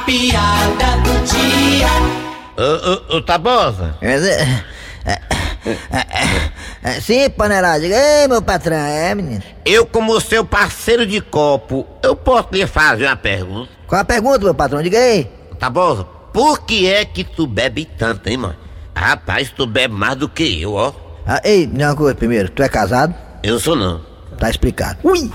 piada do dia. Ô, ô, ô, Tabosa, Mas, é, é, é, é, Sim, panelada. Diga, ei, meu patrão, é, menino. eu como seu parceiro de copo, eu posso lhe fazer uma pergunta? Qual a pergunta, meu patrão? Diga aí. Tabosa, por que é que tu bebe tanto, hein, mano? Rapaz, tu bebe mais do que eu, ó. Ah, ei, me diga uma coisa primeiro. Tu é casado? Eu sou não. Tá explicado. Ui!